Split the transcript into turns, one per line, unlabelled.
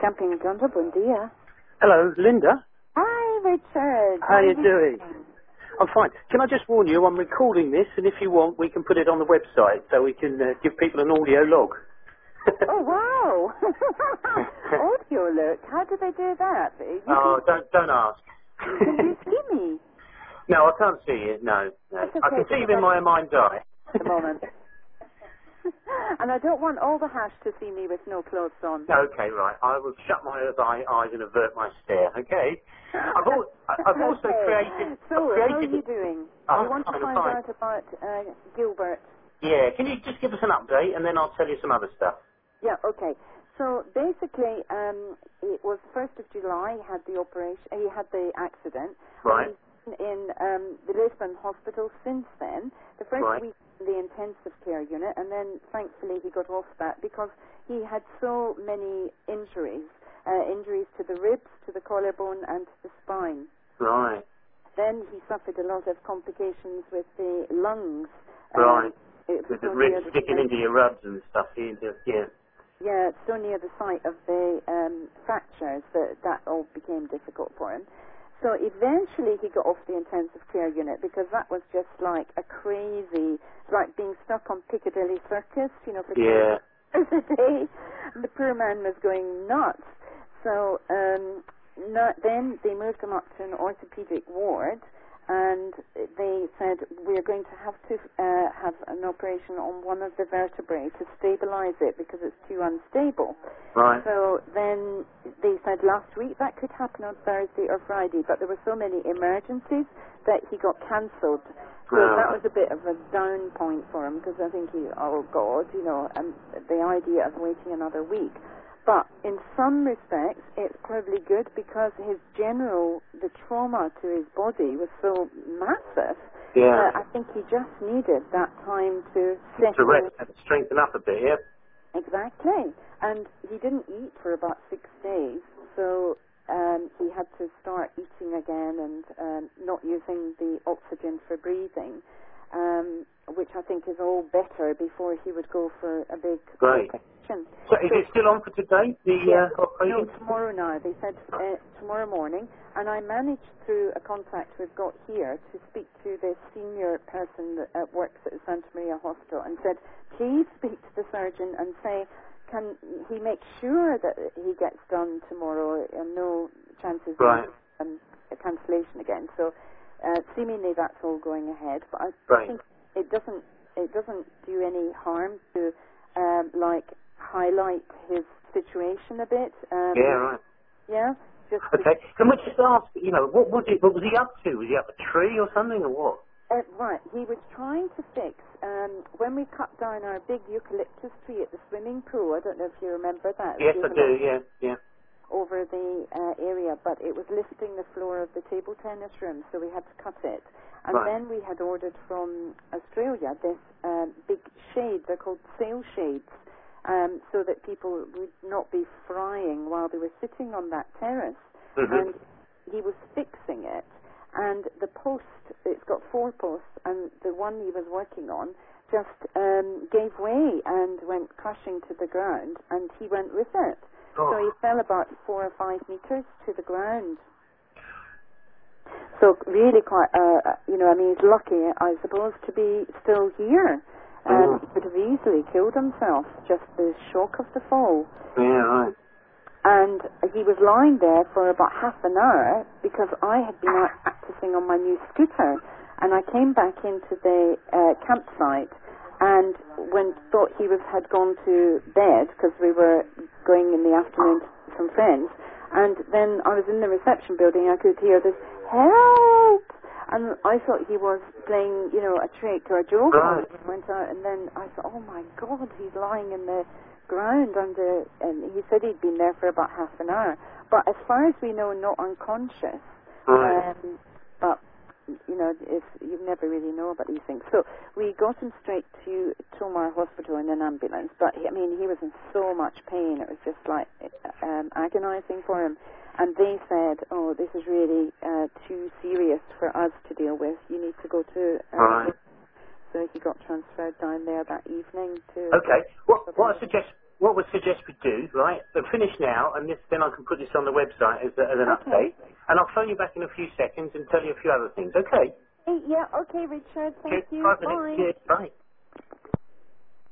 Jumping Junta, bom dia.
Hello, Linda.
Hi, Richard.
How you doing? I'm fine. Can I just warn you, I'm recording this, and if you want, we can put it on the website so we can uh, give people an audio log.
Oh, wow. Audio look. How do they do that? You
oh, don't, don't ask.
can, can you see me
no, I can't see you. No, no.
That's
I can
okay,
see you
because
in my mind's eye.
at the moment? and I don't want all the hash to see me with no clothes on.
Okay, right. I will shut my other eye- eyes and avert my stare. Okay. I've, al- I've also
Okay.
created.
So,
I've
how are you
created
doing?
I'm
you want to
fine, I'm
find
fine.
out about uh, Gilbert?
Yeah. Can you just give us an update, and then I'll tell you some other stuff.
Yeah, okay. So basically, um, it was the 1st of July, he had the operation, he had the accident.
Right.
And He's been in um, the Lisbon hospital since then. The first
Right.
week in the intensive care unit, and then thankfully he got off that because he had so many injuries, uh, injuries to the ribs, to the collarbone, and to the spine.
Right.
Then he suffered a lot of complications with the lungs. uh,
Right.
it was
With the
so
ribs
near the
sticking
end.
into your rubs and stuff. You just, yeah.
Yeah, so near the site of the um, fractures that that all became difficult for him. So eventually he got off the intensive care unit because that was just like a crazy, it's like being stuck on Piccadilly Circus, you know, for 10
Yeah.
hours a day. And the poor man was going nuts. So um, no, then they moved him up to an orthopedic ward, and they said we're going to have to uh, have an operation on one of the vertebrae to stabilize it because it's too unstable.
Right.
So then they said last week that could happen on Thursday or Friday, but there were so many emergencies that he got cancelled. So
Wow.
that was a bit of a down point for him because I think he, oh God, you know, and the idea of waiting another week. But in some respects, it's probably good because his general, the trauma to his body was so massive.
Yeah.
Uh, I think he just needed that time to settle
to rest and strengthen up a bit. Yeah.
Exactly. And he didn't eat for about six days, so um, he had to start eating again and um, not using the oxygen for breathing, um, which I think is all better before he would go for a big
Great.
operation.
So is it still on for today? The
Yeah.
uh, operation?
No, tomorrow now. They said uh, tomorrow morning, and I managed through a contact we've got here to speak to the senior person that uh, works at the Santa Maria Hospital, and said, please speak to the surgeon and say, can he make sure that he gets done tomorrow and no chances
Right.
of um, a cancellation again? So uh, seemingly that's all going ahead, but I
Right.
think it doesn't it doesn't do any harm to um, like highlight his situation a bit. Um,
Yeah. Right.
yeah, Just
Okay. Can we just ask? You know, what was it? What was he up to? Was he up a tree or something, or what?
uh, right. He was trying to fix um, when we cut down our big eucalyptus tree at the swimming pool. I don't know if you remember that.
Yes,
It
I
was
do. Yeah. Yeah.
Over the uh, area, but it was lifting the floor of the table tennis room, so we had to cut it. And
Right.
then we had ordered from Australia this um, big shade. They're called sail shades, um, so that people would not be frying while they were sitting on that terrace.
hmm
and he was fixing it. And the post, it's got four posts, and the one he was working on just um, gave way and went crashing to the ground, and he went with it. So he
Oh,
fell about four or five meters to the ground. So really quite, uh, you know, I mean, he's lucky, I suppose, to be still here. Um,
Mhm.
he could have easily killed himself, just the shock of the fall
yeah. Right.
and he was lying there for about half an hour because I had been out practicing on my new scooter, and I came back into the uh, campsite and when thought he was had gone to bed because we were going in the afternoon to some friends, and then I was in the reception building. I could hear this help, and I thought he was playing, you know, a trick or a joke. on
Right.
me. Went out, and then I thought, oh my God, he's lying in the ground under, and he said he'd been there for about half an hour. But as far as we know, not unconscious.
Right.
Um, but you know, it's, you never really know about these things. So we got him straight to Tomar Hospital in an ambulance. But I mean, he was in so much pain; it was just like um, agonising for him. And they said, "Oh, this is really uh, too serious for us to deal with. You need to go to." Uh,
Right.
So he got transferred down there that evening to.
Okay. What What I suggest what we suggest we do, right? So finish now, and this, then I can put this on the website as, a- as an
Okay.
update, and I'll phone you back in a few seconds and tell you a few other things. Okay.
Hey, yeah, okay, Richard, thank
Cheers.
you.
Five
Bye.
minutes. Cheers. Bye.